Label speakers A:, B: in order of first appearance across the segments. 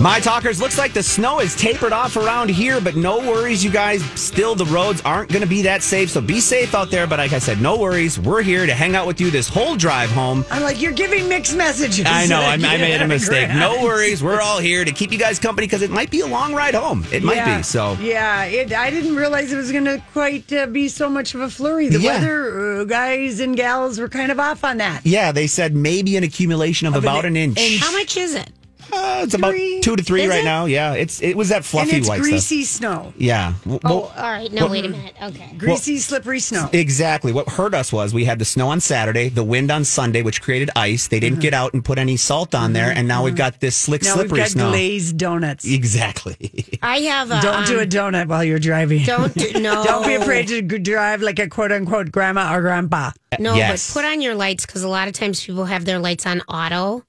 A: My talkers, looks like the snow is tapered off around here, but no worries, you guys. Still, the roads aren't going to be that safe, so be safe out there. But like I said, no worries. We're here to hang out with you this whole drive home.
B: I'm like, you're giving mixed messages.
A: I know, I, I made a
B: Yeah,
A: mistake.
B: Grant.
A: No worries. We're all here to keep you guys company because it might be a long ride home. It might
B: Yeah.
A: be. So,
B: yeah, it, I didn't realize it was going to quite uh, be so much of a flurry. The
A: Yeah.
B: weather uh, guys and gals were kind of off on that.
A: yeah, they said maybe an accumulation of, about an, inch.
C: How much is it?
A: Uh, it's about
B: Three?
A: two to three
C: Is
A: right
C: it?
A: now. Yeah, it's it was that
B: And
A: fluffy
B: it's
A: white stuff.
B: greasy snow,
A: Yeah. W-
C: Oh,
A: well,
C: all right. No, wait a minute. Okay.
B: greasy, slippery snow.
A: Exactly. What hurt us was we had the snow on Saturday, the wind on Sunday, which created ice. They didn't get out and put any salt on there, and now we've got this slick,
B: now we've
A: slippery
B: got
A: snow.
B: glazed donuts.
A: Exactly.
C: I have. A,
B: Don't do
C: um,
B: a donut while you're driving.
C: Don't do, no.
B: Don't be afraid to g- drive like a quote unquote grandma or grandpa.
C: No,
A: Yes.
C: but put on your lights because a lot of times people have their lights on auto,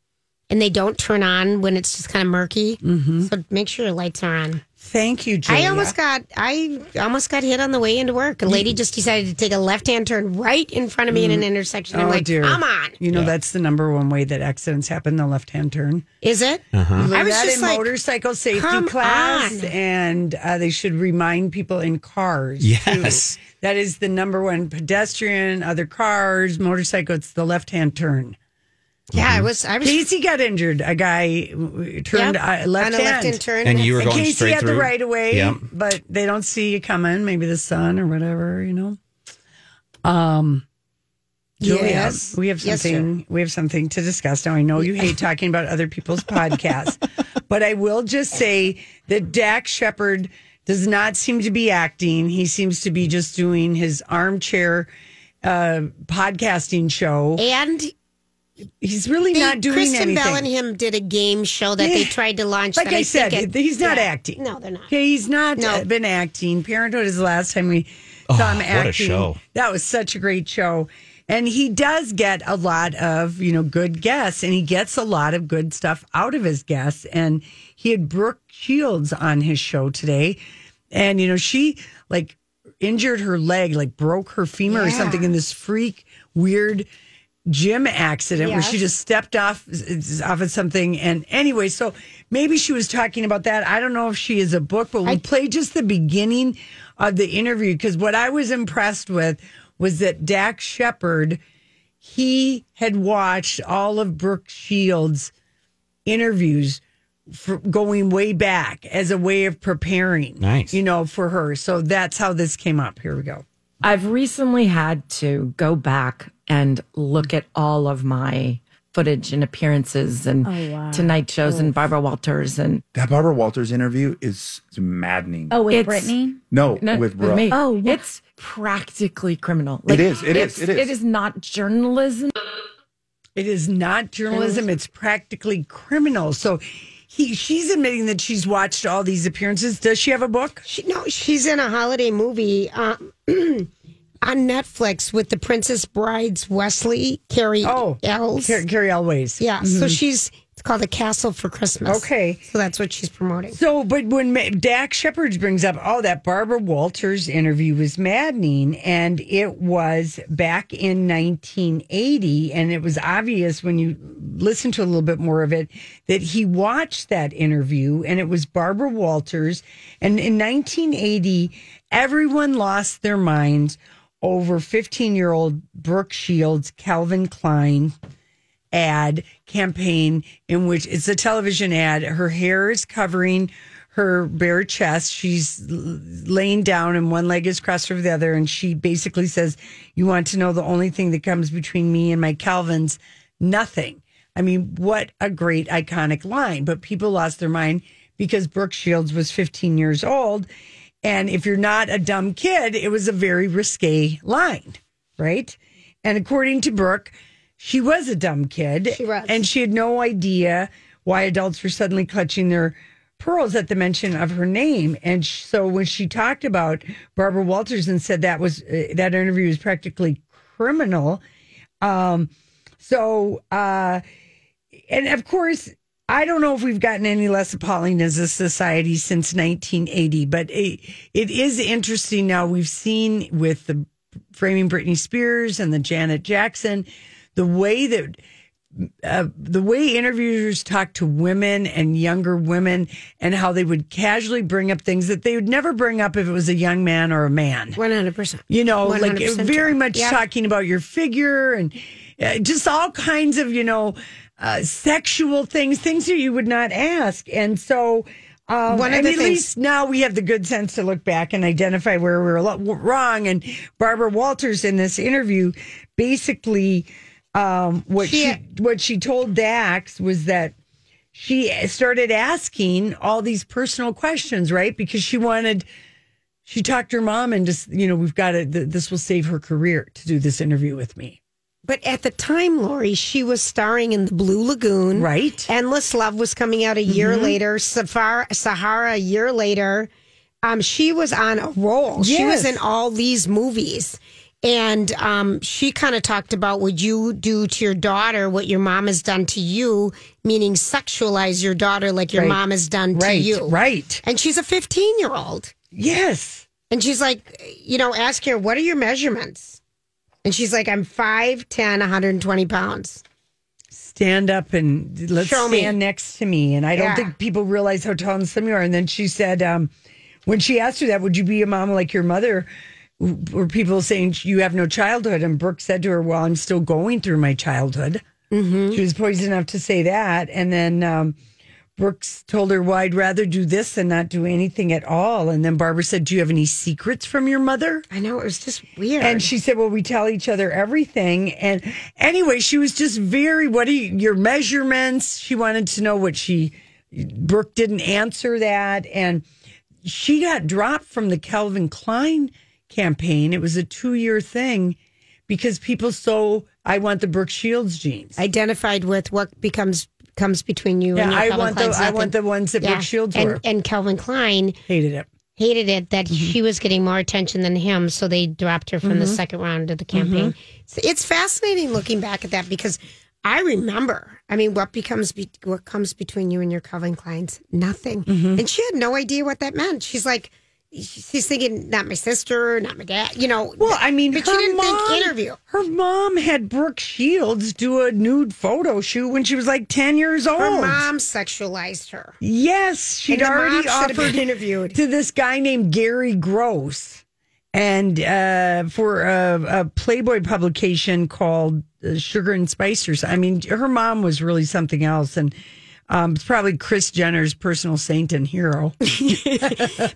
C: and they don't turn on when it's just kind of murky. Mm-hmm. So make sure your lights are on.
B: Thank you, Julia.
C: I almost got I almost got hit on the way into work. A lady just decided to take a left hand turn right in front of me in an intersection. I'm
B: Oh,
C: like,
B: dear.
C: come on,
B: You know that's the number one way that accidents happen: the left-hand turn.
C: is it? I was
B: Uh-huh. that
C: just
B: in
C: like,
B: motorcycle safety
C: come
B: class,
C: on.
B: and uh, they should remind people in cars. too.
A: Yes.
B: that is the number one pedestrian, other cars, motorcycle. It's the left-hand turn.
C: yeah, I was. I was
B: Casey got injured. A guy uh, Mm-hmm. turned
C: Yep,
B: uh, left
C: on a left hand turn,
A: And you were
B: And
A: going
B: Casey
A: straight
B: had
A: through.
B: the right of way,
A: Yep.
B: but they don't see you coming. Maybe the sun or whatever, you know. Julia,
C: Yes.
B: we have
C: Yes, sir.
B: something we have something to discuss. Now I know you hate talking about other people's podcasts, but I will just say that Dak Shepard does not seem to be acting. He seems to be just doing his armchair uh, podcasting show.
C: And
B: He's really
C: the-
B: not doing
C: Kristen
B: anything.
C: Bell and him did a game show that they tried to launch.
B: like
C: that
B: I, said,
C: think it-
B: he's not
C: yeah.
B: acting.
C: No, they're not.
B: Okay, he's not
C: No.
B: uh, been acting. Parenthood is the last time we saw him
A: Oh, what a
B: acting.
A: show.
B: That was such a great show. And he does get a lot of, you know, good guests and he gets a lot of good stuff out of his guests. And he had Brooke Shields on his show today. And, you know, she like injured her leg, like broke her femur or something in this freak, weird gym accident where she just stepped off off of something and anyway so maybe she was talking about that i don't know if she is a book but we played just the beginning of the interview because what i was impressed with was that dak shepard he had watched all of brooke shields interviews for going way back as a way of preparing
A: Nice.
B: you know for her so that's how this came up here we go
D: I've recently had to go back and look at all of my footage and appearances and
E: Oh,
D: tonight shows and Barbara Walters and
F: That Barbara Walters interview is maddening.
E: Oh, with
D: It's-
E: Brittany?
F: no,
D: No,
F: with Brooke.
D: me.
E: Oh, wow.
D: it's practically criminal.
F: It is, it is,
D: it's-
F: it is.
D: It is not journalism.
B: It is not journalism. It's practically criminal. So he, she's admitting that she's watched all these appearances. Does she have a book?
C: She, no, she's in a holiday movie um, on Netflix with the Princess Brides Wesley Carrie
B: Oh,
C: Ells.
B: Car- Carrie Always.
C: yeah, so she's it's called a Castle for Christmas.
B: Okay.
C: so that's what she's promoting.
B: So, but when Ma- Dak Shepard brings up, oh, that Barbara Walters interview was maddening, and it was back in 1980, and it was obvious when you listen to a little bit more of it that he watched that interview, and it was Barbara Walters, and in 1980, everyone lost their minds over 15-year-old Brooke Shields, Calvin Klein, ad campaign in which it's a television ad. Her hair is covering her bare chest. She's l- laying down and one leg is crossed over the other. And she basically says, You want to know the only thing that comes between me and my Calvins? Nothing. I mean, what a great iconic line. But people lost their mind because Brooke Shields was 15 years old. And if you're not a dumb kid, it was a very risque line, right? And according to Brooke, she was a dumb kid. She
C: was.
B: And she had no idea why adults were suddenly clutching their pearls at the mention of her name. And sh- so when she talked about Barbara Walters and said that was uh, that interview was practically criminal. Um, so, uh, and of course, I don't know if we've gotten any less appalling as a society since 1980, but it, it is interesting now. We've seen with the framing Britney Spears and the Janet Jackson, the way that uh, the way interviewers talk to women and younger women and how they would casually bring up things that they would never bring up if it was a young man or a man.
C: One hundred percent.
B: You know, like it- very much
C: Yeah.
B: talking about your figure and uh, just all kinds of, you know, uh, sexual things, things that you would not ask. And so, um,
C: One of
B: and
C: the
B: at
C: things-
B: least now we have the good sense to look back and identify where we were lo- wrong. And Barbara Walters in this interview basically, um, what
C: She-
B: she, what she told Dax was that she started asking all these personal questions, right? Because she wanted she talked her mom and just you know we've got to th- this will save her career to do this interview with me
C: But at the time, Lori, she was starring in the Blue Lagoon.
B: Right. Mm-hmm.
C: Endless Love was coming out a year later. Safar- Sahara a year later. Um, she was on a roll. She was
B: Yes.
C: in all these movies. And um, she kind of talked about would you do to your daughter what your mom has done to you, meaning sexualize your daughter like your
B: Right.
C: mom has done
B: right
C: to you.
B: right
C: And she's a 15 year old.
B: yes
C: And she's like, you know, ask her, what are your measurements? And she's like, I'm 5'10, 120 pounds.
B: stand up and let's
C: Show me.
B: stand next to me and i don't
C: Yeah.
B: think people realize how tall and slim you are and then she said um, when she asked her that would you be a mom like your mother were people saying you have no childhood and brooke said to her well i'm still going through my childhood
C: Mm-hmm.
B: she was poised enough to say that and then um, Brooks told her, Well, I'd rather do this than not do anything at all. And then Barbara said, Do you have any secrets from your mother?
C: I know, it was just weird.
B: And she said, Well, we tell each other everything. And anyway, she was just very, What are you, your measurements? She wanted to know what she, Brooke didn't answer that. And she got dropped from the Calvin Klein campaign. It was a two year thing because people so, I want the Brooke Shields jeans.
C: identified with what becomes comes between you
B: yeah,
C: and your
B: I
C: Calvin
B: want, the,
C: Klein's
B: I
C: nothing.
B: want the ones that
C: Yeah.
B: Brooke Shields wore.
C: and, and Calvin Klein
B: Hated it.
C: hated it that she was getting more attention than him, so they dropped her from the second round of the campaign. So Mm-hmm. it's fascinating looking back at that because I remember. I mean, what becomes be- what comes between you and your Calvin Klein's nothing, and she had no idea what that meant. She's like, she's thinking, not my sister, not my dad, you know.
B: Well, I mean, her
C: but she didn't
B: mom,
C: think interview.
B: Her mom had Brooke Shields do a nude photo shoot when she was like ten years old.
C: Her mom sexualized her.
B: yes, she'd
C: And the mom
B: already
C: should have
B: offered
C: been interviewed.
B: to this guy named Gary Gross, and uh, for a, a Playboy publication called uh, Sugar and Spicers. I mean, her mom was really something else, and. Um, it's probably Chris Jenner's personal saint and hero.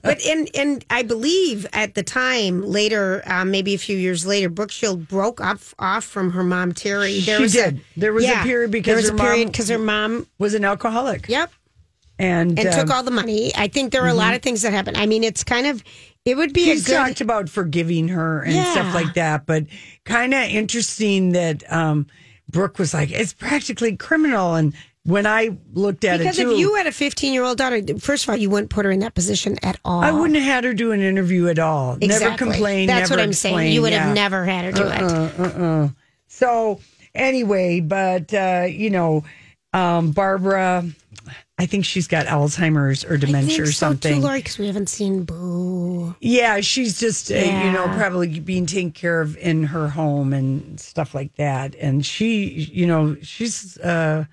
C: but and and I believe at the time later, uh, maybe a few years later, Brookshield broke up off from her mom Terry.
B: She did. There was a period because
C: there was
B: her
C: a period
B: mom-
C: because her mom.
B: Was an alcoholic.
C: Yep,
B: and,
C: and took
B: um,
C: all the money. I think there were a lot of things that happened. I mean, it's kind of it would be a
B: Mm-hmm. he's
C: good.
B: talked about forgiving her and stuff
C: Yeah.
B: like that, but kind of interesting that um, Brooke was like, it's practically criminal. And when I looked at
C: because
B: it,
C: if
B: too,
C: you had a 15 year old daughter, first of all, you wouldn't put her in that position at all.
B: I wouldn't have had her do an interview at all. Never
C: Exactly.
B: complained.
C: That's
B: never
C: what I'm saying.
B: explained,
C: You would
B: yeah. Uh-uh.
C: have never had her do it.
B: So anyway, but uh, you know, um, Barbara, I think she's got Alzheimer's or
C: I
B: dementia
C: think
B: or something.
C: so too, Lori, because we haven't seen Boo.
B: Yeah, she's just uh, you know
C: Yeah.
B: probably being taken care of in her home and stuff like that. And she, you know, she's uh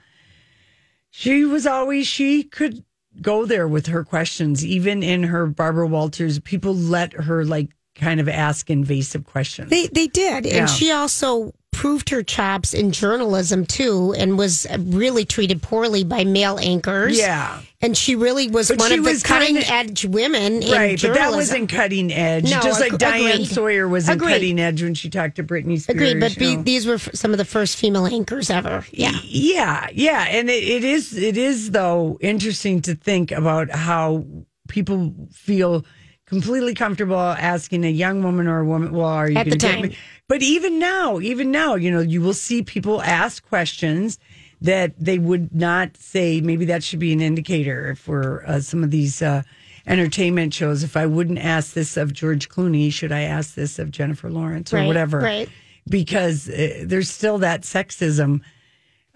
B: she was always she could go there with her questions, even in her Barbara Walters. People let her like kind of ask invasive questions.
C: They they did,
B: Yeah.
C: and she also proved her chops in journalism too, and was really treated poorly by male anchors.
B: Yeah.
C: and she really was
B: But
C: one
B: she
C: of the
B: was kinda-
C: cutting edge women in
B: Right, but
C: journalism.
B: that wasn't cutting edge.
C: No,
B: Just like
C: ag-
B: Diane
C: agreed.
B: Sawyer wasn't
C: Agreed.
B: cutting edge when she talked to Britney Spears.
C: Agreed, but
B: you
C: be,
B: know.
C: these were f- some of the first female anchors ever. Yeah.
B: yeah, yeah, and it, it is it is though interesting to think about how people feel completely comfortable asking a young woman or a woman, "Well, are you
C: At the
B: gonna take
C: time.
B: me?" But even now, even now, you know, you will see people ask questions that they would not say. Maybe that should be an indicator for uh, some of these uh, entertainment shows. If I wouldn't ask this of George Clooney, should I ask this of Jennifer Lawrence or
C: Right,
B: whatever?
C: right.
B: Because uh, there's still that sexism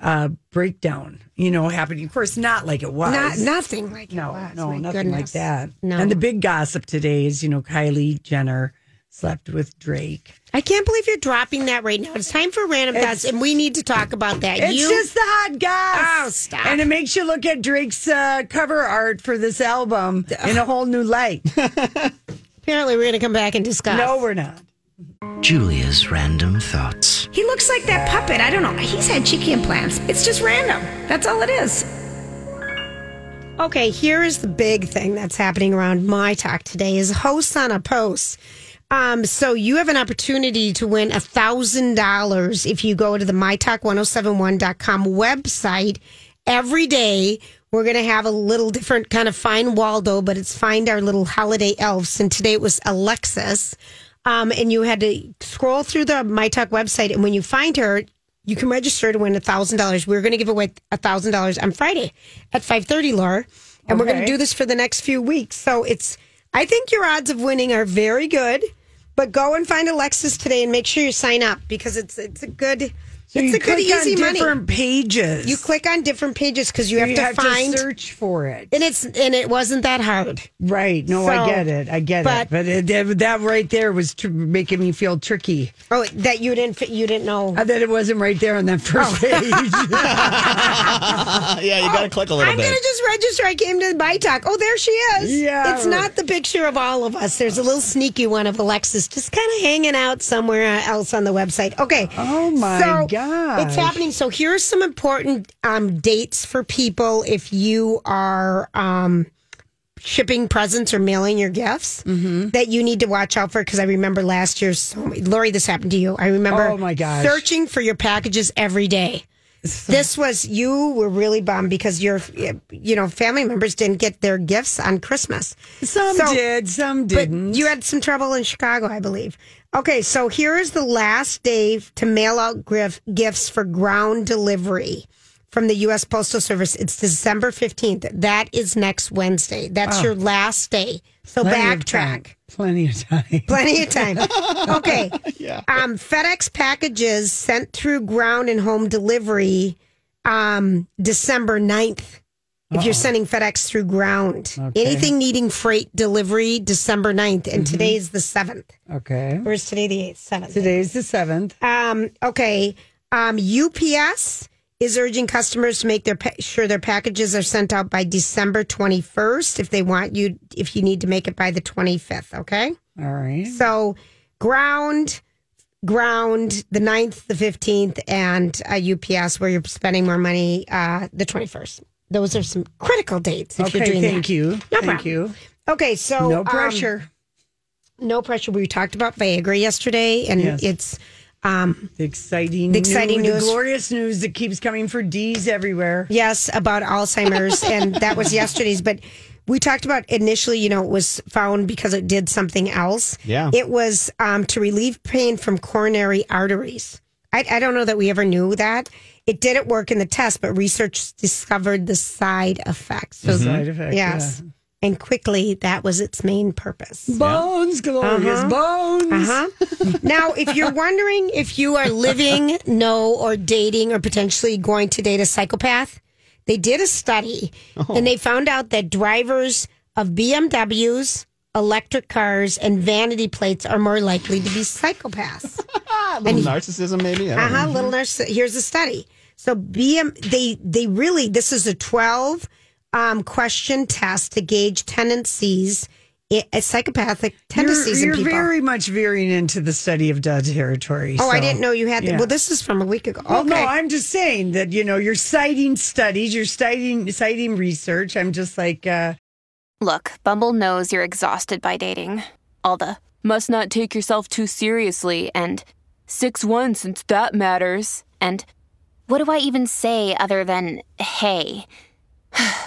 B: uh, breakdown, you know, happening. Of course, not like it was.
C: Not, nothing like
B: no,
C: it was.
B: no,
C: my
B: nothing like
C: goodness.
B: that.
C: No.
B: And the big gossip today is, you know, Kylie Jenner slept with Drake.
C: I can't believe you're dropping that right now. It's time for random thoughts, and we need to talk about that.
B: It's
C: you
B: just the hot goss.
C: Oh, stop.
B: And it makes you look at Drake's uh, cover art for this album in a whole new light.
C: apparently we're going to come back and discuss.
B: no, we're not.
E: Julia's random thoughts.
G: He looks like that puppet. I don't know. He's had cheeky implants. It's just random. That's all it is.
C: Okay, here is the big thing that's happening around my talk today is hosts on a post. Um, so you have an opportunity to win a thousand dollars if you go to the mytalk1071.com website every day. We're going to have a little different kind of find Waldo, but it's find our little holiday elves. And today it was Alexis. Um, and you had to scroll through the My Talk website. And when you find her, you can register to win $1,000. We're going to give away $1,000 on Friday at 5.30, Laura. And we're going to do this for the next few weeks. So it's, I think your odds of winning are very good. But go and find Alexis today and make sure you sign up because it's it's a good
B: So
C: it's
B: you
C: a good
B: click
C: easy
B: on
C: money.
B: different pages.
C: You click on different pages because you have
B: You
C: to
B: have
C: find
B: to search for it.
C: and it's and it wasn't that hard.
B: Right. No, I
C: So-
B: get it. I get
C: but-
B: it. But it, that- that right there was tr- making me feel tricky
C: Oh, that you didn't fi- you didn't know.
B: uh, that it wasn't right there on that first
C: Oh.
B: page.
A: Uh, yeah, you got to click a little
C: I'm
A: bit.
C: gonna just register. I came to my talk. Oh, there she is.
B: Yeah.
C: It's not the picture of all of us. There's a little sneaky one of Alexis just kind of hanging out somewhere else on the website. Okay.
B: Oh, my
C: so
B: gosh.
C: It's happening. So here are some important um, dates for people if you are um, shipping presents or mailing your gifts
B: Mm-hmm.
C: that you need to watch out for because I remember last year, so Lori, this happened to you. I remember
B: Oh, my gosh.
C: searching for your packages every day. This was you were really bummed because your you know family members didn't get their gifts on Christmas.
B: some
C: So-
B: did, some
C: But
B: didn't.
C: you had some trouble in Chicago, I believe. Okay, so here is the last day to mail out grif- gifts for ground delivery from the U.S. Postal Service. It's December 15th. That is next Wednesday. That's your last day. So
B: Plenty of time.
C: backtrack
B: Plenty of time.
C: plenty of time. Okay. yeah. Um, FedEx packages sent through ground and home delivery um, December 9th. If you're sending FedEx through ground, anything needing freight delivery December 9th, and today's the 7th.
B: Okay.
C: Or is today the 8th? 7th.
B: Today's the 7th.
C: Um, okay. Um, UPS is urging customers to make their pa- sure their packages are sent out by December 21st if they want you, if you need to make it by the 25th, okay?
B: All right.
C: So ground, ground, the 9th, the 15th, and uh, UPS where you're spending more money uh, the 21st. Those are some critical dates if you're
B: Okay,
C: doing
B: thank
C: that.
B: you. thank
C: problem.
B: you.
C: Okay, so
B: No
C: um,
B: pressure.
C: no pressure. We talked about Viagra yesterday, and
B: Yes.
C: it's um,
B: the exciting,
C: the exciting
B: new-
C: news-
B: the glorious news that keeps coming for D's everywhere.
C: Yes, about Alzheimer's, and that was yesterday's. But we talked about initially, you know, it was found because it did something else.
A: Yeah.
C: It was um, to relieve pain from coronary arteries. I, I don't know that we ever knew that. It didn't work in the test, but research discovered the side effects. So,
B: Side effect.
C: yes. And quickly, that was its main purpose.
B: yeah. Bones, glorious bones.
C: Uh-huh. now, if you're wondering if you are living, know, or dating, or potentially going to date a psychopath, they did a study
A: Oh.
C: and they found out that drivers of BMWs, electric cars, and vanity plates are more likely to be psychopaths.
A: little narcissism, maybe. I don't know.
C: Uh huh. Little nurse. Here's the study. So BM. They they really. This is a twelve um, question test to gauge tendencies i- uh, psychopathic tendencies
B: You're,
C: in
B: you're
C: people.
B: very much veering into the study of dead territory.
C: oh, I
B: so-
C: didn't know you had.
B: Yeah.
C: That. Well, this is from a week ago.
B: Well,
C: okay.
B: no, I'm just saying that you know you're citing studies, you're citing citing research. I'm just like, uh,
H: Look, Bumble knows you're exhausted by dating. All the must not take yourself too seriously and 6 1 since that matters. And what do I even say other than hey?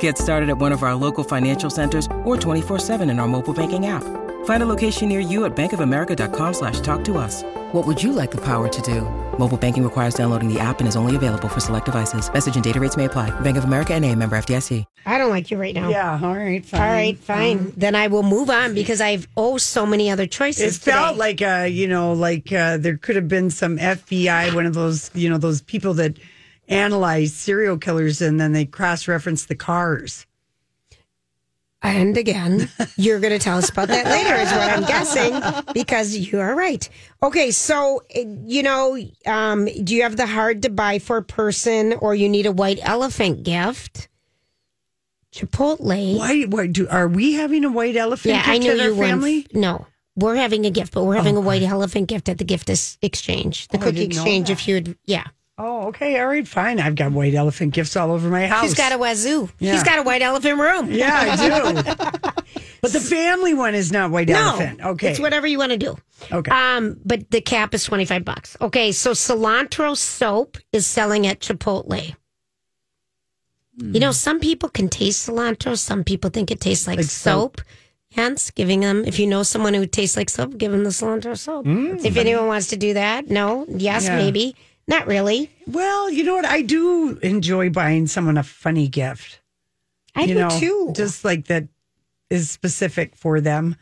I: Get started at one of our local financial centers or 24-7 in our mobile banking app. Find a location near you at bankofamerica.com slash talk to us. What would you like the power to do? Mobile banking requires downloading the app and is only available for select devices. Message and data rates may apply. Bank of America and a member FDIC.
C: I don't like you right now.
B: yeah, all right, fine.
C: Oh. All right, fine. Then I will move on because I've oh so many other
B: It
C: choices.
B: felt
C: today.
B: like uh, you know, like uh, there could have been some FBI, one of those, you know, those people that analyze serial killers and then they cross reference the cars.
C: And again, you're going to tell us about that later, is what I'm guessing, because you are right. Okay, so, eh, you know, um, do you have the hard to buy for person or you need a white elephant gift? Chipotle.
B: Why? Why do are we having a white elephant?
C: Yeah, I
B: gift
C: know
B: at our
C: you went.
B: family.
C: No, we're having a gift, but we're having a white elephant gift at the gift is- exchange, the
B: Oh, I
C: cookie
B: didn't know
C: exchange. If you would, yeah.
B: Oh, okay, all right, fine. I've got white elephant gifts all over my house.
C: He's got a wazoo.
B: Yeah.
C: He's got a white elephant room.
B: Yeah, I do. but the family one is not white elephant. Okay.
C: It's whatever you want to do.
B: Okay.
C: Um, but the cap is 25 bucks. Okay, so cilantro soap is selling at Chipotle. You know, some people can taste cilantro, some people think it tastes like,
B: Like soap.
C: soap. Hence, giving them, if you know someone who tastes like soap, give them the cilantro soap. If anyone wants to do that, no, yes,
B: Mm. Yeah.
C: maybe. Not really.
B: well, you know what? I do enjoy buying someone a funny gift.
C: I
B: you
C: do
B: know,
C: too.
B: Just like that is specific for them.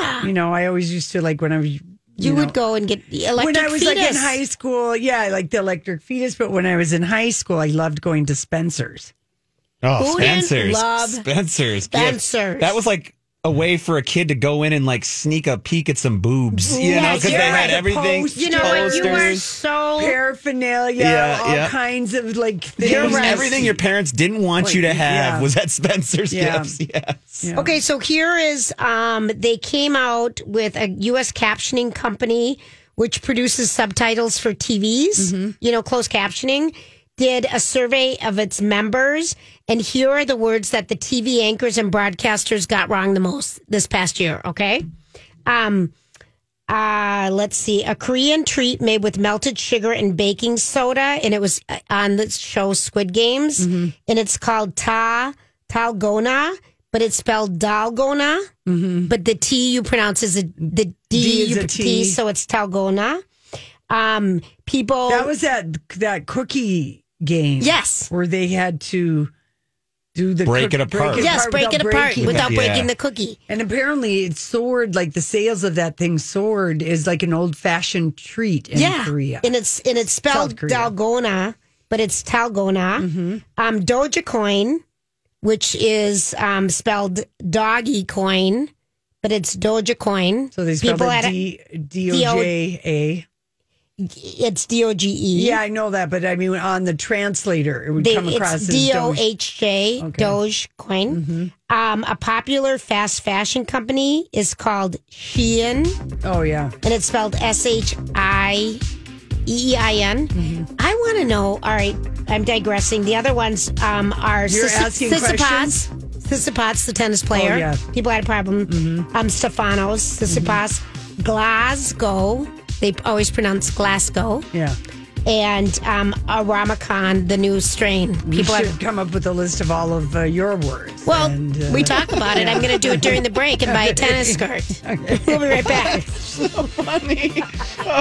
C: yeah.
B: You know, I always used to like when I was. You,
C: You,
B: know,
C: would go and get the electric
B: When I was like in
C: fetus.
B: high school, yeah, I like the electric fetus. But when I was in high school, I loved going to Spencer's.
A: Oh,
C: Who didn't
A: Spencer's.
C: love
A: Spencer's. gift.
C: Spencer's?
A: That was like a way for a kid to go in and like sneak a peek at some boobs. You know,
C: Yes,
A: because they
C: you're
A: had
C: right.
A: everything.
C: you know what? You were
A: posters.
C: so
B: Paraphernalia,
A: Yeah,
B: all
A: yeah.
B: kinds of like things.
A: It was Everything your parents didn't want you to
B: Like,
A: have
B: yeah.
A: was at Spencer's
B: Yeah.
A: Gifts. Yes.
B: Yeah.
C: Okay, so here is um, they came out with a U.S. captioning company which produces subtitles for TVs. You know, closed captioning did a survey of its members, and here are the words that the TV anchors and broadcasters got wrong the most this past year. Okay, um, uh, let's see, a Korean treat made with melted sugar and baking soda, and it was uh, on the show Squid Games,
B: Mm-hmm.
C: and it's called Ta Talgona, but it's spelled Dalgona. But the T you pronounce is a, the
B: Mm-hmm.
C: D,
B: D is
C: you
B: a
C: pr-
B: T.
C: T, so it's Talgona. Um, people,
B: That was that that cookie game.
C: Yes.
B: where they had to do the
A: Break
B: cook-
A: it apart.
C: yes, break it
B: without
C: apart
B: breaking it.
C: without
A: Yeah.
C: breaking the cookie.
B: And apparently, it soared like the sales of that thing soared is like an old fashioned treat in
C: yeah,
B: Korea.
C: and it's and it's
B: South
C: spelled
B: Korea. Mm-hmm.
C: Dalgona, but it's Talgona. Um, Doja Coin, which is um, spelled Doggy Coin, but it's Doja Coin.
B: so they spelled it D
C: had
B: D O J A.
C: it's D O G E.
B: Yeah, I know that, but I mean on the translator, it would
C: They,
B: come across
C: it's
B: as
C: D O
B: Doge. Mm-hmm.
C: H J Doge Coin. Um, a popular fast fashion company is called Shein.
B: Oh yeah,
C: and it's spelled S H I E E I N.
B: Mm-hmm.
C: I want to know. All right, I'm digressing. The other ones um, are
B: You're
C: Sis-
B: asking
C: Sissipas. Sissipas, the tennis player.
B: Oh, yeah. Mm-hmm.
C: People had a problem. Um, Stefanos, Sissipas, Glasgow. They always pronounce Glasgow.
B: yeah.
C: And um, Aramakan, the new strain.
B: You
C: People
B: should
C: have.
B: come up with a list of all of uh, your words.
C: Well,
B: and, uh,
C: we talk about it. I'm going to do it during the break and buy a tennis skirt. We'll be right back.
A: Funny.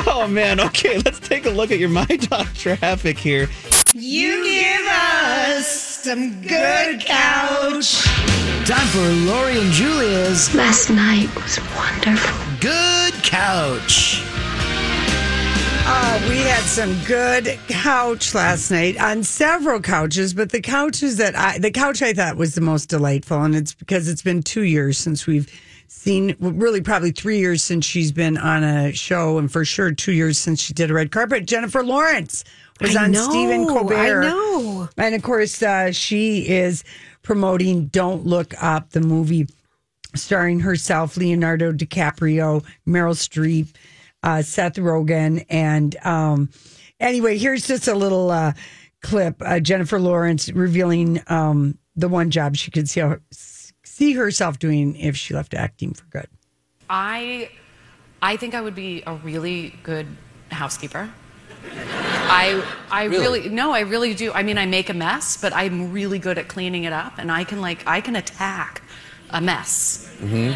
A: Oh man. Okay, let's take a look at your my dog traffic here.
C: You give us some good couch.
E: Time for Lori and Julia's. Last night was wonderful. Good couch.
B: Oh, we had some good couch last night on several couches, but the couches that I, the couch I thought was the most delightful, and it's because it's been two years since we've seen, well, really probably three years since she's been on a show, and for sure two years since she did a red carpet. Jennifer Lawrence was
C: I
B: on
C: know,
B: Stephen Colbert.
C: I know.
B: And of course, uh, she is promoting Don't Look Up, the movie starring herself, Leonardo DiCaprio, Meryl Streep, uh, Seth Rogen. And um, anyway, here's just a little uh, clip uh, Jennifer Lawrence revealing um, the one job she could see, see herself doing if she left acting for good.
J: I, I think I would be a really good housekeeper. I, I
K: Really?
J: really? no, I really do. I mean, I make a mess, but I'm really good at cleaning it up, and I can like, I can attack a mess.
K: hmm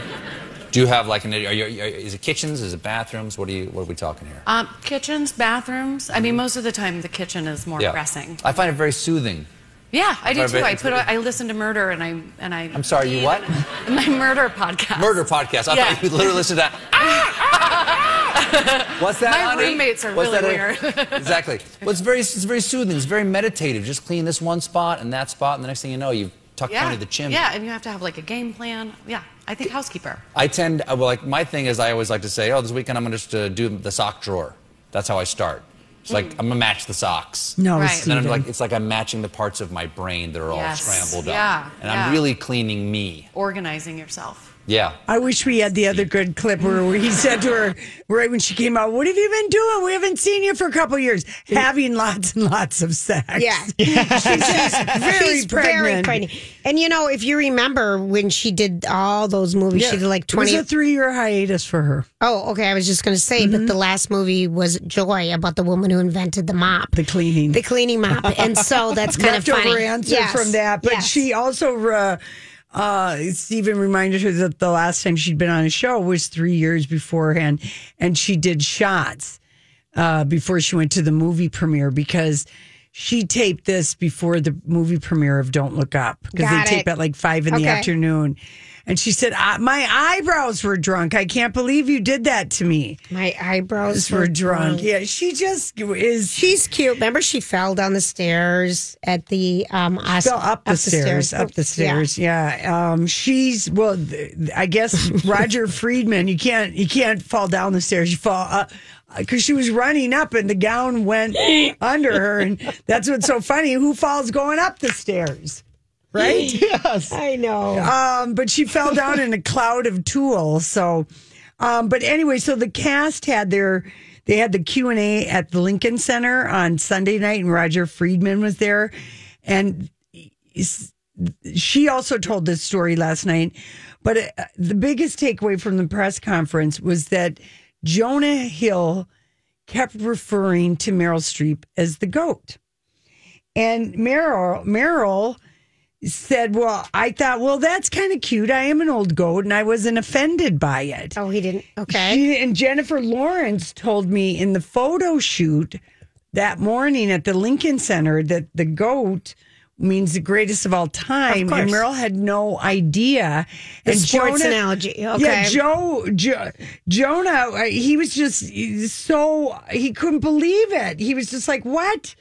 K: Do you have like an? Are you, are you- is it kitchens? Is it bathrooms? What are you? What are we talking here?
J: Um, kitchens, bathrooms. I mean, most of the time, the kitchen is more pressing.
K: Mm-hmm. I find it very soothing.
J: Yeah, I do
K: Or
J: too. I
K: it's-
J: put, a, I listen to murder, and I, and I.
K: I'm sorry. You what?
J: My murder podcast.
K: Murder podcast. I
J: Yeah.
K: thought you literally listened to Ah! that. What's that?
J: My
K: honey?
J: roommates are
K: What's
J: really
K: that, honey?
J: weird.
K: exactly. Well, it's very, it's very soothing. It's very meditative. Just clean this one spot and that spot, and the next thing you know, you've tucked
J: yeah.
K: under the chimney.
J: Yeah, and you have to have like a game plan. Yeah, I think housekeeper.
K: I tend, uh, well, like my thing is, I always like to say, oh, this weekend I'm gonna just uh, do the sock drawer. That's how I start. It's like I'm gonna match the socks.
B: No, Right.
K: And then I'm
B: Steven.
K: like, it's like I'm matching the parts of my brain that are all
J: Yes.
K: scrambled
J: Yeah,
K: up, and
J: yeah.
K: I'm really cleaning me.
J: Organizing yourself.
K: Yeah.
B: I wish we had the other good clip where he said to her right when she came out, "What have you been doing? We haven't seen you for a couple years, having lots and lots of sex."
C: Yeah.
B: very
C: She's very
B: pregnant.
C: pregnant. And you know, if you remember when she did all those movies,
B: Yeah.
C: she did like
B: It was
C: 20.
B: a three-year hiatus for her.
C: Oh, okay. I was just going to say, but the
B: Mm-hmm.
C: last movie was Joy about the woman who invented the mop,
B: the cleaning,
C: the cleaning mop, and so that's kind of
B: leftover
C: funny.
B: answer
C: Yes.
B: from that. But
C: Yes.
B: she also, uh, uh, Stephen reminded her that the last time she'd been on a show was three years beforehand, and she did shots uh, before she went to the movie premiere because. She taped this before the movie premiere of Don't Look Up because they
C: Got
B: tape
C: it.
B: at like five in the
C: Okay.
B: afternoon. And she said, "I- My eyebrows were drunk. I can't believe you did that to me.
C: My eyebrows
B: were drunk. Yeah, she just is.
C: She's cute. Remember, she fell down the stairs at the um Os-
B: Fell up the, stairs, up the stairs. Yeah, Um, she's well. th- I guess Roger Friedman. You can't you can't fall down the stairs. You fall up because she was running up and the gown went under her, and that's what's so funny. Who falls going up the stairs? Right? Yes.
C: I know.
B: Um, but she fell down in a cloud of tulle. So, um, but anyway, so the cast had their they had the Q and A at the Lincoln Center on Sunday night, and Roger Friedman was there, and is- she also told this story last night. But uh, the biggest takeaway from the press conference was that Jonah Hill kept referring to Meryl Streep as the goat. And Meryl, Meryl said, Well, I thought, well, that's kind of cute. I am an old goat, and I wasn't offended by it.
C: Oh, he didn't. Okay.
B: She, and Jennifer Lawrence told me in the photo shoot that morning at the Lincoln Center that the goat means the greatest of all time.
C: Of
B: and
C: course.
B: Meryl had no idea.
C: The sports analogy,
B: Yeah,
C: okay.
B: Joe, jo, Jonah, uh, he was just so, he couldn't believe it. He was just like, what?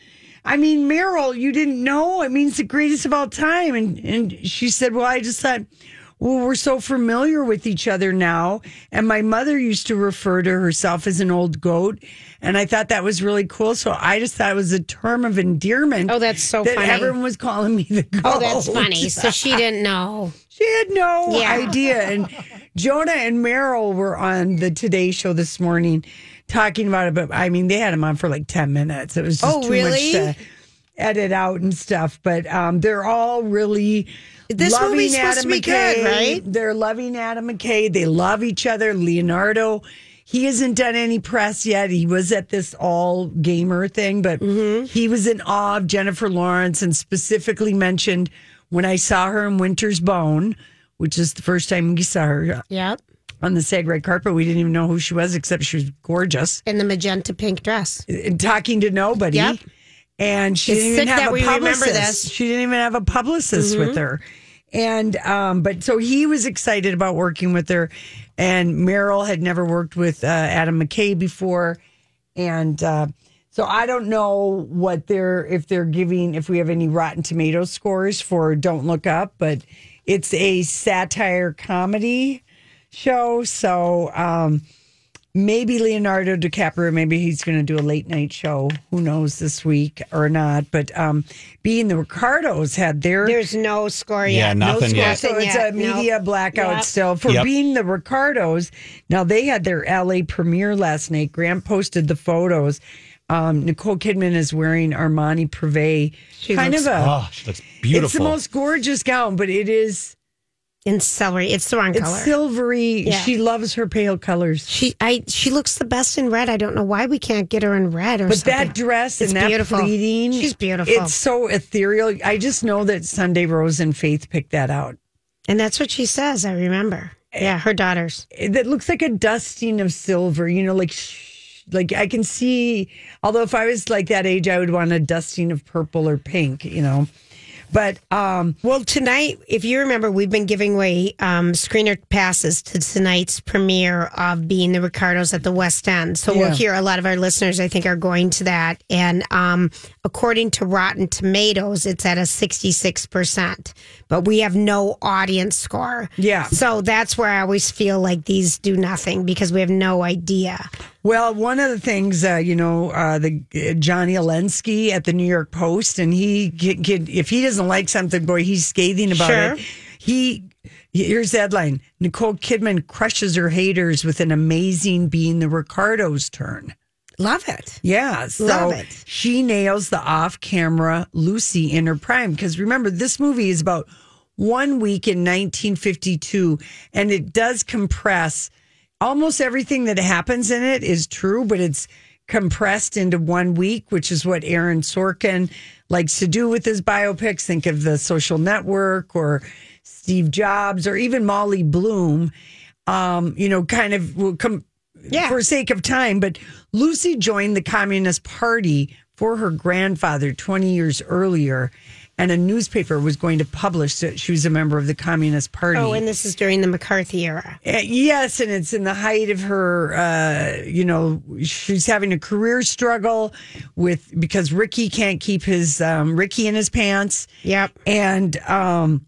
B: I mean, Meryl, you didn't know it means the greatest of all time. And, and she said, well, I just thought, well, we're so familiar with each other now. And my mother used to refer to herself as an old goat. And I thought that was really cool. So I just thought it was a term of endearment.
C: Oh, that's so
B: that
C: funny.
B: Everyone was calling me the goat.
C: Oh, that's funny. So she didn't know.
B: She had no
C: Yeah.
B: idea. And Jonah and Meryl were on the Today Show this morning talking about it. But I mean, they had him on for like 10 minutes. It was just
C: Oh,
B: too
C: really?
B: much to edit out and stuff. But um, they're all really.
C: This
B: loving
C: movie's supposed
B: Adam
C: to be
B: McKay.
C: good, right?
B: They're loving Adam McKay. They love each other. Leonardo, he hasn't done any press yet. He was at this all gamer thing, but
C: Mm-hmm.
B: he was in awe of Jennifer Lawrence and specifically mentioned when I saw her in Winter's Bone, which is the first time we saw her
C: Yep.
B: on the SAG red carpet. We didn't even know who she was, except she was gorgeous
C: In the magenta pink dress.
B: and talking to nobody.
C: Yep.
B: And she
C: It's
B: didn't even
C: sick
B: have
C: that
B: a
C: we remember
B: publicist.
C: this. Mm-hmm.
B: She didn't even have a publicist with her. And um, but so he was excited about working with her, and Meryl had never worked with uh, Adam McKay before, and uh, so I don't know what they're if they're giving if we have any Rotten Tomato scores for Don't Look Up, but it's a satire comedy show, so um, maybe Leonardo DiCaprio, maybe he's going to do a late night show. Who knows this week or not? But um, being the Ricardos had their
C: There's no score
A: Yeah,
C: yet.
A: nothing
C: no
A: yet.
B: so
C: score
B: it's a
C: yet. No.
B: media blackout
C: Yep.
B: still for
A: Yep.
B: being the Ricardos. Now they had their LA premiere last night. Grant posted the photos. Um, Nicole Kidman is wearing Armani Privé,
C: She
B: kind
C: looks-
B: of a.
A: Oh, she looks beautiful.
B: It's the most gorgeous gown, but it is
C: in celery. It's the wrong
B: it's
C: color.
B: silvery.
C: Yeah.
B: She loves her pale colors.
C: she I she looks the best in red. I don't know why we can't get her in red or
B: But
C: something.
B: that dress
C: It's
B: and that
C: beautiful.
B: pleating,
C: She's beautiful.
B: it's so ethereal. I just know that Sunday Rose and Faith picked that out.
C: and that's what she says, I remember.
B: Eh.
C: Yeah, her daughters.
B: that looks like a dusting of silver, you know, like sh- like I can see although if I was like that age I would want a dusting of purple or pink, you know. But um
C: Well, tonight, if you remember, we've been giving away um, screener passes to tonight's premiere of Being the Ricardos at the West End. So we'll
B: Yeah.
C: hear a lot of our listeners, I think, are going to that. And um, according to Rotten Tomatoes, it's at a 66%, but we have no audience score.
B: Yeah.
C: So that's where I always feel like these do nothing because we have no idea.
B: Well, one of the things, uh, you know, uh, the uh, Johnny Alensky at the New York Post, and he get, get, if he doesn't like something, boy, he's scathing about
C: Sure.
B: it. He here's the headline: Nicole Kidman crushes her haters with an amazing being the Ricardos turn.
C: Love it.
B: Yeah, so
C: Love it.
B: she nails the off-camera Lucy in her prime because remember this movie is about one week in 1952, and it does compress almost everything that happens in it is true, but it's compressed into one week, which is what Aaron Sorkin likes to do with his biopics. Think of the Social Network or Steve Jobs or even Molly Bloom. Um, you know, kind of will come
C: Yeah.
B: for sake of time, but Lucy joined the Communist Party for her grandfather 20 years earlier, and a newspaper was going to publish that she was a member of the Communist Party.
C: Oh, and this is during the McCarthy era.
B: Uh, yes, and it's in the height of her, uh, you know, she's having a career struggle with because Ricky can't keep his um, Ricky in his pants.
C: Yep.
B: And um,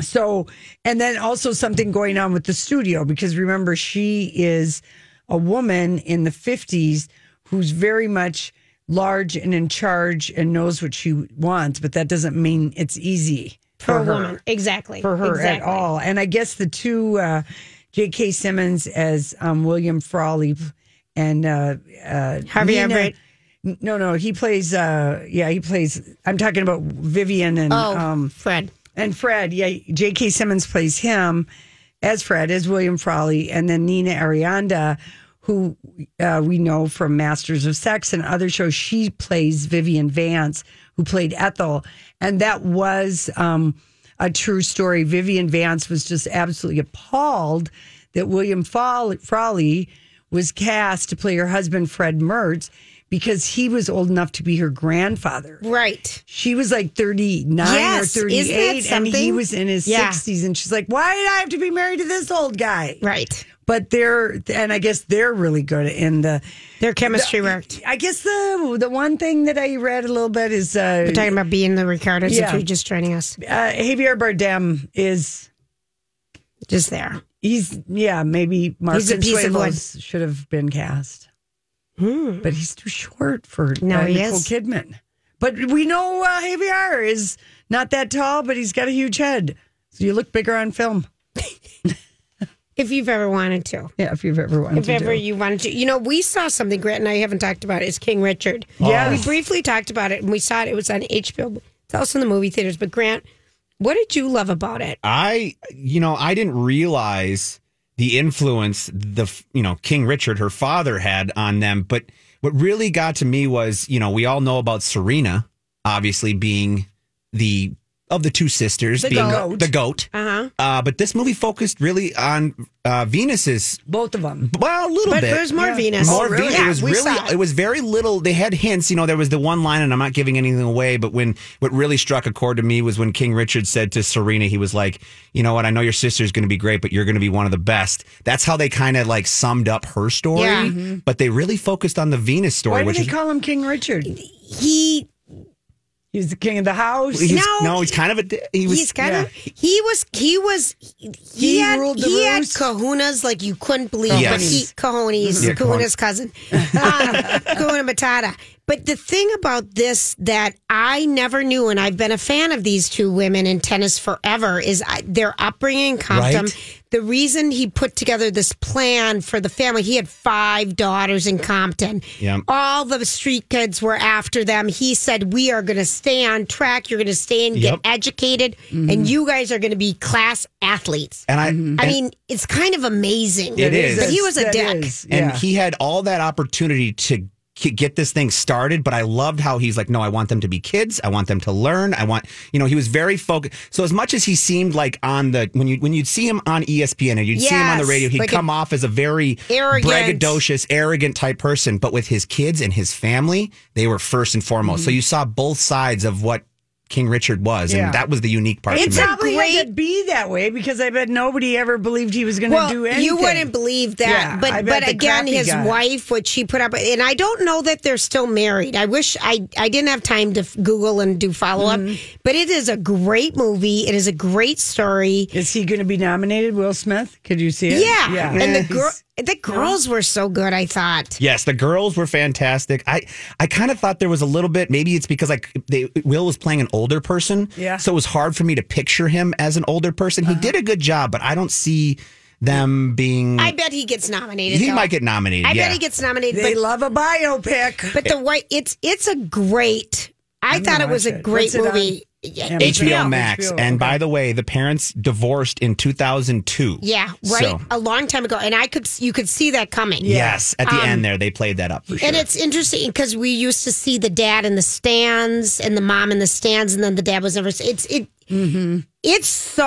B: so, and then also something going on with the studio because remember, she is a woman in the 50s who's very much large and in charge and knows what she wants, but that doesn't mean it's easy
C: For, a
B: her
C: woman. Exactly.
B: for her
C: exactly.
B: at all. And I guess the two, uh, J.K. Simmons as um, William Frawley and uh, uh,
C: Harvey
B: Nina-
C: Everett.
B: N- No, no, he plays. Uh, yeah, he plays. I'm talking about Vivian and
C: Oh,
B: um,
C: Fred.
B: and Fred. Yeah, J.K. Simmons plays him as Fred, as William Frawley, and then Nina Arianda, who uh, we know from Masters of Sex and other shows. She plays Vivian Vance, who played Ethel, and that was um, a true story. Vivian Vance was just absolutely appalled that William Fall- Frawley was cast to play her husband Fred Mertz because he was old enough to be her grandfather.
C: Right.
B: She was like 39
C: Yes,
B: or
C: isn't that
B: 38, and he
C: something?
B: was in his
C: Yeah.
B: 60s. And she's like, Why did I have to be married to this old guy?
C: Right.
B: But they're, and I guess they're really good in the.
C: Their chemistry worked.
B: I guess the the one thing that I read a little bit is uh,
C: We're talking about being the Ricardos
B: Yeah.
C: if you're just joining us.
B: uh Javier Bardem is
C: Just there.
B: he's yeah maybe Mark
C: He's a piece of wood. Hmm.
B: Consuelos should have been cast, but he's too short for
C: No,
B: uh,
C: he
B: Nicole
C: is.
B: Kidman. But we know uh, Javier is not that tall, but he's got a huge head, so you look bigger on film.
C: If you've ever wanted to.
B: Yeah, if you've ever wanted
C: If
B: to
C: ever
B: do.
C: you wanted to. You know, we saw something, Grant and I haven't talked about it, is King Richard.
B: Yes.
C: We briefly talked about it and we saw it. It was on HBO. It's also in the movie theaters. But Grant, what did you love about it?
A: I, you know, I didn't realize the influence the, f- you know, King Richard, her father had on them. But what really got to me was, you know, we all know about Serena, obviously being the of the two sisters
B: The
A: being
B: goat.
A: the goat.
C: Uh-huh.
A: Uh, but this movie focused really on uh, Venus's
B: both of them.
A: Well, a little
C: But
A: bit.
C: there's more Yeah. Venus.
A: More
C: Oh, really?
A: Venus.
C: Yeah,
A: it was
C: we
A: really.
C: saw
A: It. was very little. They had hints. You know, there was the one line, and I'm not giving anything away. But when what really struck a chord to me was when King Richard said to Serena, he was like, "You know what? I know your sister's going to be great, but you're going to be one of the best." That's how they kind of like summed up her story.
B: Yeah. Mhm.
A: But they really focused on the Venus story,
B: Why do
A: which
B: they
A: is
B: call him King Richard?
C: He
B: he's the king of the house.
A: he's, no, he's kind of a. di- He was
C: he's kind of he was he was he,
B: He
C: had
B: ruled the
C: he had kahunas like you couldn't believe but he
A: Yes.
C: cojones
A: Yeah,
C: kahuna's cousin um, kahuna matata but the thing about this that i never knew and i've been a fan of these two women in tennis forever is I, their upbringing comped them
L: Right.
C: the reason he put together this plan for the family, he had five daughters in Compton.
L: Yeah.
C: All the street kids were after them. He said, We are going to stay on track. You're going to stay and
A: Yep.
C: get educated,
A: Mm-hmm.
C: and you guys are going to be class athletes.
A: And I.
C: I
A: and-
C: mean, it's kind of amazing.
A: It is.
C: But he was a
B: That
C: dick.
B: is,
A: and he had all that opportunity to k- get this thing started but i loved how he's like no i want them to be kids i want them to learn i want you know he was very focused so as much as he seemed like on the when you when you'd see him on E espn or you'd see him on the
C: Yes,
A: radio he'd
C: like
A: come
C: a-
A: off as a very
C: Arrogant.
A: braggadocious arrogant type person but with his kids and his family they were first and foremost
C: Mm-hmm.
A: so you saw both sides of what king richard was
B: Yeah.
A: and that was the unique part
B: It
A: to me.
B: probably had to be that way because I bet nobody ever believed he was going to
C: well,
B: do anything.
C: You wouldn't believe that.
B: Yeah, I
C: but
B: bet
C: but
B: the
C: again,
B: crap he
C: his
B: got.
C: wife, what she put up, and I don't know that they're still married. I wish I I didn't have time to f- Google and do follow up.
B: Mm-hmm.
C: But it is a great movie. It is a great story.
B: Is he going to be nominated? Will Smith? Could you see it?
C: Yeah. And the girl,
B: He's-
C: the girls were so good. I thought.
A: Yes, the girls were fantastic. I I kind of thought there was a little bit. Maybe it's because like they, Will was playing an older person,
B: Yeah. Uh-huh.
A: So it was hard for me to picture him as an older person. He did a good job, but I don't see them being.
C: I bet he gets nominated.
A: he
C: though.
A: might get nominated.
C: I
A: yeah.
C: bet he gets nominated.
B: They
C: but,
B: love a biopic.
C: but the white, it's it's a great. I
B: I'm
C: thought
B: gonna
C: it was
B: watch
C: a
B: it.
C: great
B: What's it on?
C: movie. Yeah,
A: HBO Max.
B: HBO,
A: and by the way, the parents divorced in 2002.
C: Yeah, right.
A: So,
C: A long time ago, and I could you could see that coming.
A: Yes, at the
C: Um,
A: end there, they played that up. For sure.
C: And it's interesting because we used to see the dad in the stands and the mom in the stands, and then the dad was never. It's it.
B: Mm-hmm.
C: It's so.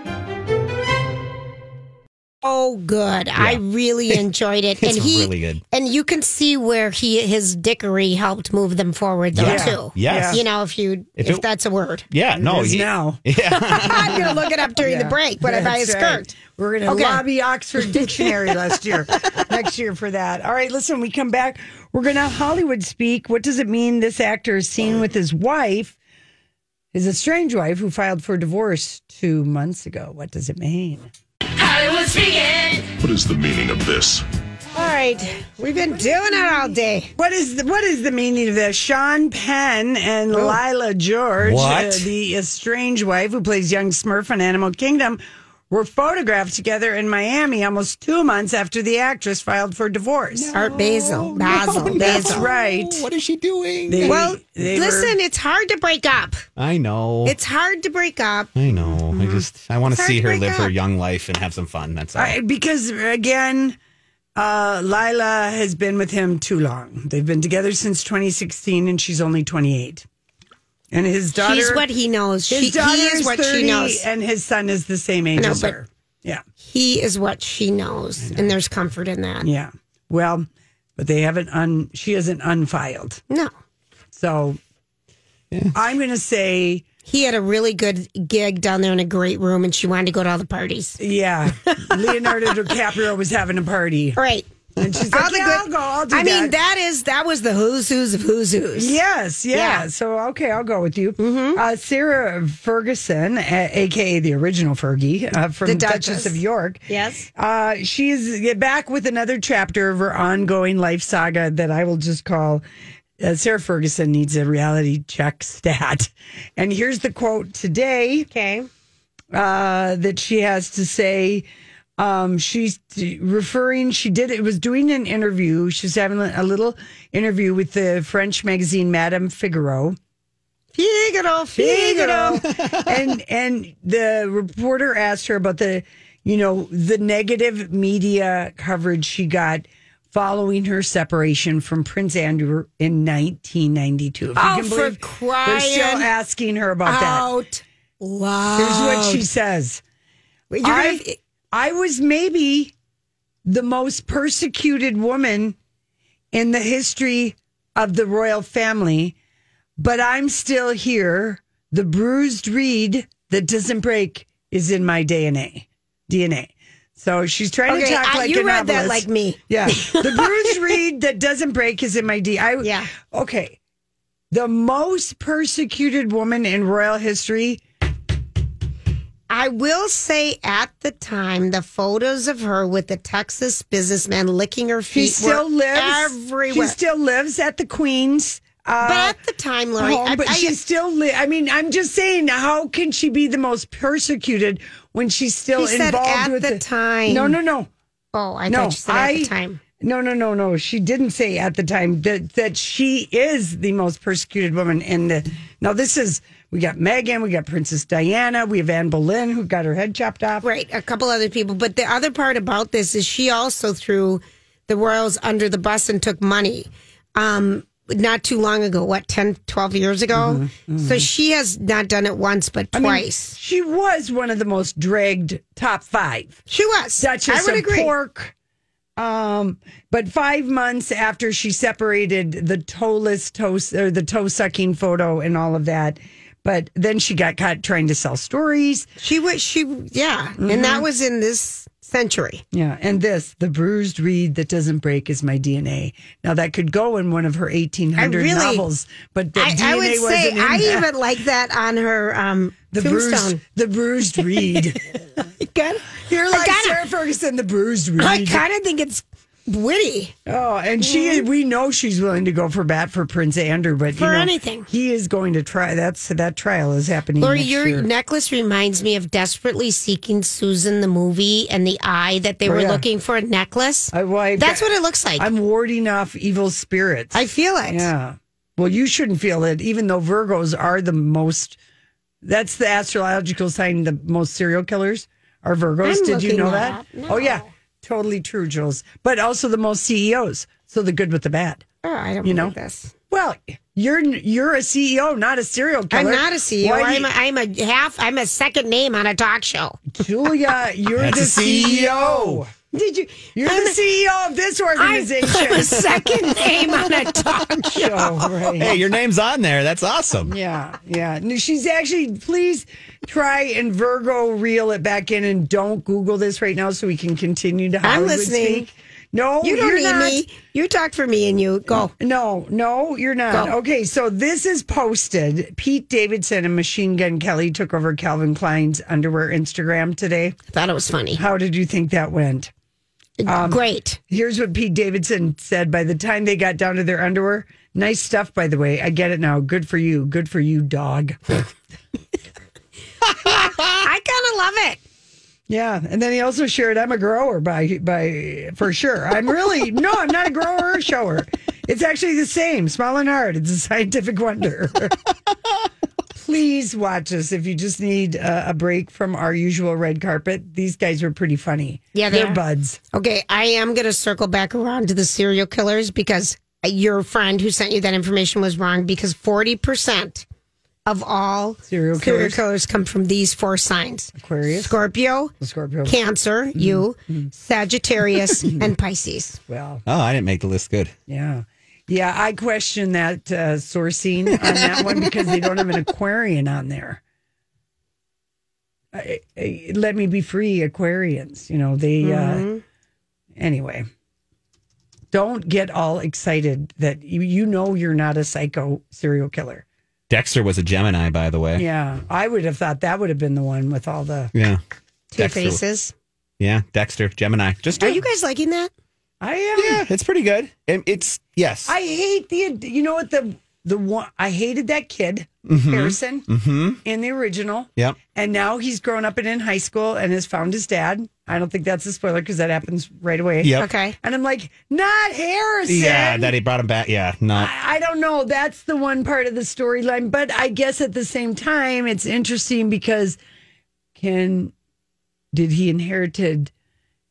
C: so good. I really enjoyed it,
A: It's
C: and he
M: really good.
C: and you can see where he his dickery helped move them forward though
A: Yeah.
C: too.
A: Yes.
C: you know if you
A: If
C: if,
A: it-
C: that's a word.
A: yeah, no,
B: is
A: Oh, he,
B: now.
C: I'm gonna look it up during the break when I buy a
B: That's
C: skirt.
B: right. We're going to
C: Okay.
B: lobby Oxford Dictionary last year, next year for that. All right, listen, we come back. We're going to Hollywood speak. What does it mean this actor is seen with his wife, his estranged wife, who filed for divorce two months ago? What does it mean?
L: Hollywood speaking.
N: What is the meaning of this?
C: All right, we've been doing it all day.
B: What is the, what is the meaning of that? Sean Penn and
C: Oh.
B: Lila George, uh,
A: What?
B: the estranged wife who plays young Smurf in Animal Kingdom, were photographed together in Miami almost two months after the actress filed for divorce.
C: Art Basil, Basil, Basil.
B: Oh, That's right.
A: What is she doing?
B: They-
C: well,
B: they were-
C: listen, it's hard to break up.
A: I know.
C: It's hard to break up.
A: I know. I just I want to
C: It's hard
A: see
C: to
A: her
C: break
A: live her
C: up.
A: young life and have some fun. That's all.
B: I, because again, uh, Lila has been with him too long. They've been together since 2016, and she's only 28. And his daughter,
C: She's what he knows.
B: His
C: She- he
B: daughter
C: is what she
B: 30,
C: knows.
B: and his son is the same
C: I
B: age
C: know,
B: as
C: but
B: her. Yeah,
C: he is what she knows, and there's comfort in that.
B: yeah. Well, but they haven't un. She isn't unfiled.
C: No.
B: So I'm going to say
C: He had a really good gig down there in a great room, and she wanted to go to all the parties.
B: Yeah, Leonardo DiCaprio was having a party.
C: Right.
B: And she's like, yeah, I'll go. I'll do that.
C: I mean, that is that was the who's who's of who's who's.
B: Yes, yeah.
C: Yeah. Mm-hmm.
B: So okay, I'll go with you. Uh, Sarah Ferguson, a- aka the original Fergie uh, from
C: The
B: Duchess.
C: Duchess.
B: of York.
C: Yes.
B: uh, she's back with another chapter of her ongoing life saga that I will just call. Uh, Sarah Ferguson needs a reality check stat, and here's the quote today.
C: Okay.
B: Uh, that she has to say. Um, she's referring. She did. It was doing an interview. She's having a little interview with the French magazine Madame Figaro.
C: Figaro,
B: Figaro. and and the reporter asked her about the you know the negative media coverage she got following her separation from Prince Andrew in 1992. If you
C: Oh,
B: can
C: for
B: believe They're still
C: crying
B: asking her about that.
C: Out loud.
B: Here's what she says.
C: You're gonna-
B: I, I was maybe the most persecuted woman in the history of the royal family, but I'm still here. The bruised reed that doesn't break is in my DNA. DNA. So she's trying
C: Okay,
B: to talk
C: I-
B: like
C: you
B: a
C: read that
B: novelist.
C: like me.
B: Yeah, the bruised reed that doesn't break is in my D. I yeah. Okay, the most persecuted woman in royal history.
C: I will say at the time, the photos of her with the Texas businessman licking her feet
B: She still
C: were
B: lives
C: everywhere.
B: She still lives at the Queen's. Uh,
C: But at the time, Lori,
B: home,
C: I-
B: but
C: I-
B: she still. Li- I mean, I'm just saying, how can she be the most persecuted when she's still
C: She said
B: involved
C: at
B: with
C: the time.
B: No, no, no.
C: oh, I
B: no,
C: thought you said at the time.
B: No, no, no, no. She didn't say at the time that that she is the most persecuted woman in the. Now this is we got Megan, we got Princess Diana, we have Anne Boleyn who got her head chopped off.
C: Right, a couple other people. But the other part about this is she also threw the Royals under the bus and took money um, not too long ago, what, 10, 12 years ago? So she has not done it once, but
B: Mm-hmm, I mean,
C: twice.
B: she was one of the most dragged top five.
C: She was.
B: Duchess
C: I would
B: of
C: agree.
B: Cork. Um, but five months after she separated the toeless toe or the toe sucking photo and all of that, but then she got caught trying to sell stories.
C: She was, she, yeah. And
B: Mm-hmm.
C: that was in this century.
B: Yeah, and this the bruised reed that doesn't break is my DNA. Now that could go in one of her eighteen hundred
C: I really-
B: novels, but the
C: I,
B: DNA
C: I would
B: wasn't
C: say
B: in
C: I
B: that.
C: even like that on her um,
B: the
C: tombstone.
B: bruised the bruised reed. You're
C: I
B: like
C: gotta-
B: Sarah Ferguson, the bruised reed.
C: I kind of think it's witty.
B: Oh, and she we know she's willing to go for bat for Prince Andrew, but
C: Mm-hmm.
B: you
C: For
B: know,
C: anything.
B: he is going to try. That's that trial is happening.
C: Lori,
B: next
C: your
B: year.
C: necklace reminds me of Desperately Seeking Susan, the movie, and the eye that they
B: Oh,
C: were
B: yeah.
C: looking for a necklace.
B: I- well, I-
C: That's what it looks like.
B: I'm warding off evil spirits.
C: I feel it.
B: Yeah. Well, you shouldn't feel it, even though Virgos are the most. That's the astrological sign. The most serial killers are Virgos.
C: I'm
B: Did you
C: looking
B: know
C: that
B: that? Oh yeah, totally true, Jules. But also the most CEOs. So the good with the bad.
C: Oh, I don't
B: You
C: you
B: know?
C: this.
B: Well, you're you're a CEO, not a serial
C: I'm
B: killer.
C: not a CEO.
B: Why do
C: I'm
B: you-
C: a, I'm a half. I'm a second name on a talk show.
B: Julia, you're
C: That's
B: the
C: a CEO.
B: CEO.
C: Did you?
B: You're
C: I'm
B: the
C: a-
B: CEO of this organization. Oh,
C: I'm a second name on a talk show.
B: right.
A: Hey, your name's on there. That's awesome.
B: Yeah, yeah. No, She's actually, please try and Virgo reel it back in and don't Google this right now so we can continue to
C: I'm
B: Hollywood
C: listening.
B: speak. No,
C: You don't
B: are
C: need
B: not.
C: me. You talk for me, and you go.
B: No, no, you're not.
C: Go.
B: Okay, so this is posted. Pete Davidson and Machine Gun Kelly took over Calvin Klein's underwear Instagram today.
C: I thought it was funny.
B: How did you think that went? Um,
C: Great.
B: Here's what Pete Davidson said by the time they got down to their underwear. Nice stuff, by the way. I get it now. Good for you. Good for you, dog.
C: I kind of love it.
B: Yeah, and then he also shared, "I'm a grower by by for sure. I'm really no, I'm not a grower or a shower. It's actually the same, small and hard. It's a scientific wonder." Please watch us if you just need uh, a break from our usual red carpet. These guys were pretty funny.
C: Yeah, they
B: they're
C: are.
B: buds.
C: Okay, I am going to circle back around to the serial killers because your friend who sent you that information was wrong because 40% of all
B: serial killers.
C: come from these four signs
B: Aquarius,
C: Scorpio,
B: Scorpio.
C: Cancer,
B: Mm-hmm.
C: you, Sagittarius, and Pisces.
B: Well,
A: Oh, I didn't make the list good.
B: yeah, Yeah, I question that uh, sourcing on that one because they don't have an Aquarian on there. I, I- let me be free, Aquarians. You know, they. Uh,
C: Mhm.
B: anyway, don't get all excited that you, you know you're not a psycho serial killer.
A: Dexter was a Gemini, by the way.
B: Yeah, I would have thought that would have been the one with all the
A: Yeah.
C: Two
A: Dexter-
C: faces.
A: Yeah, Dexter, Gemini. Just
C: Are you guys liking that?
B: I am.
A: Yeah, it's pretty good. It- it's yes.
B: I hate the. You know what the the one I hated that kid
A: Mhm.
B: Harrison
A: Mhm.
B: in the original.
A: Yep.
B: And now he's grown up and in high school and has found his dad. I don't think that's a spoiler because that happens right away.
A: Yep. Okay.
B: And I'm like, not Harrison.
A: Yeah, that he brought him back. Yeah, no.
B: I don't know. That's the one part of the storyline. But I guess at the same time, it's interesting because can did he inherited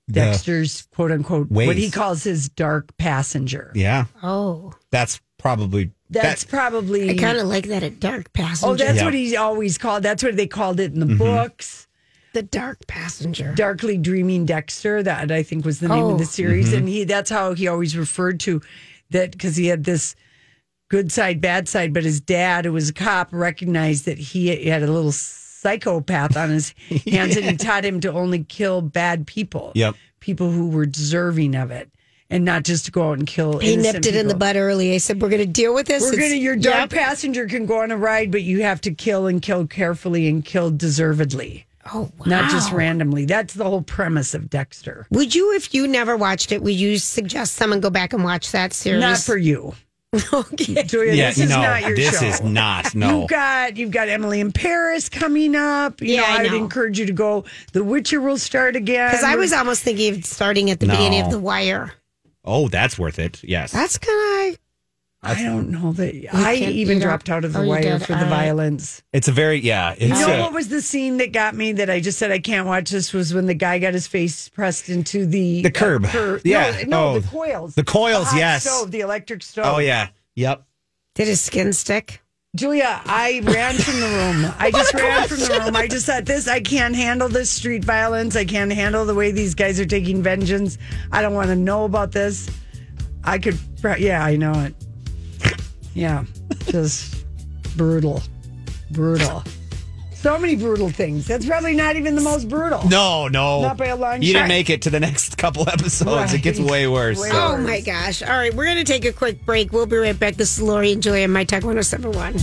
A: The-
B: Dexter's quote unquote what
A: Ways.
B: he calls his dark passenger?
A: Yeah,
C: Oh,
A: that's probably
B: That's
A: that-
B: probably
C: I kind of like that at dark passenger.
B: Oh, that's
A: Yeah.
B: what he always called. That's what they called it in the
A: Mhm.
B: books.
C: The dark passenger,
B: darkly dreaming Dexter. That I think was the name of the
C: Oh.
B: series,
C: Mhm.
B: and he that's how he always referred to that because he had this good side, bad side. But his dad, who was a cop, recognized that he had a little psychopath on his hands, and he taught him to only kill bad people.
A: Yep.
B: people who were deserving of it, and not just to go out and kill.
C: He
B: innocent
C: nipped it in the
B: people.
C: butt early. I said, "We're going to deal with this.
B: We're
C: It's-
B: gonna your dark
C: Yep.
B: passenger can go on a ride, but you have to kill and kill carefully and kill deservedly.
C: Oh,
B: Not just
C: wow.
B: randomly. That's the whole premise of Dexter.
C: Would you, if you never watched it, would you suggest someone go back and watch that series?
B: Not for you.
C: okay.
B: Julia,
A: yeah,
B: this is
A: no,
B: not your
A: this
B: show.
A: is not. No.
B: You've got you've got Emily in Paris coming up. You
C: Yeah,
B: know,
C: I
B: I, would
C: know.
B: encourage you to go. The Witcher will start again.
C: Because I was almost thinking of starting at the
A: No.
C: beginning of The Wire.
A: oh, that's worth it. Yes.
C: That's kind of.
B: I don't know that I
C: can't-
B: even
C: you don't-
B: dropped out of the
C: Oh, you
B: wire
C: did.
B: for the
C: All right.
B: violence.
A: It's a very yeah. It's
B: you know
A: a-
B: what was the scene that got me that I just said I can't watch this was when the guy got his face pressed into the uh,
A: The curb.
B: cur-
A: Yeah.
B: No, no
A: Oh.
B: the coils.
A: The coils,
B: hot
A: yes.
B: Stove, the electric stove.
A: oh yeah. Yep.
C: Did his skin stick?
B: Julia, I ran from the room. I just
C: What a
B: ran from the
C: question.
B: room. I just thought this I can't handle this street violence. I can't handle the way these guys are taking vengeance. I don't want to know about this. I could pro- yeah, I know it. Yeah. Just brutal. Brutal. So many brutal things. That's probably not even the most brutal.
A: No, no.
B: Not by a long
A: You
B: shot.
A: didn't make it to the next couple episodes. It gets
B: Right.
A: way worse.
B: Way
A: so.
C: Oh my gosh. All right, we're going to take a quick break. We'll be right back. This is Lori and Julia, My Tech 1071.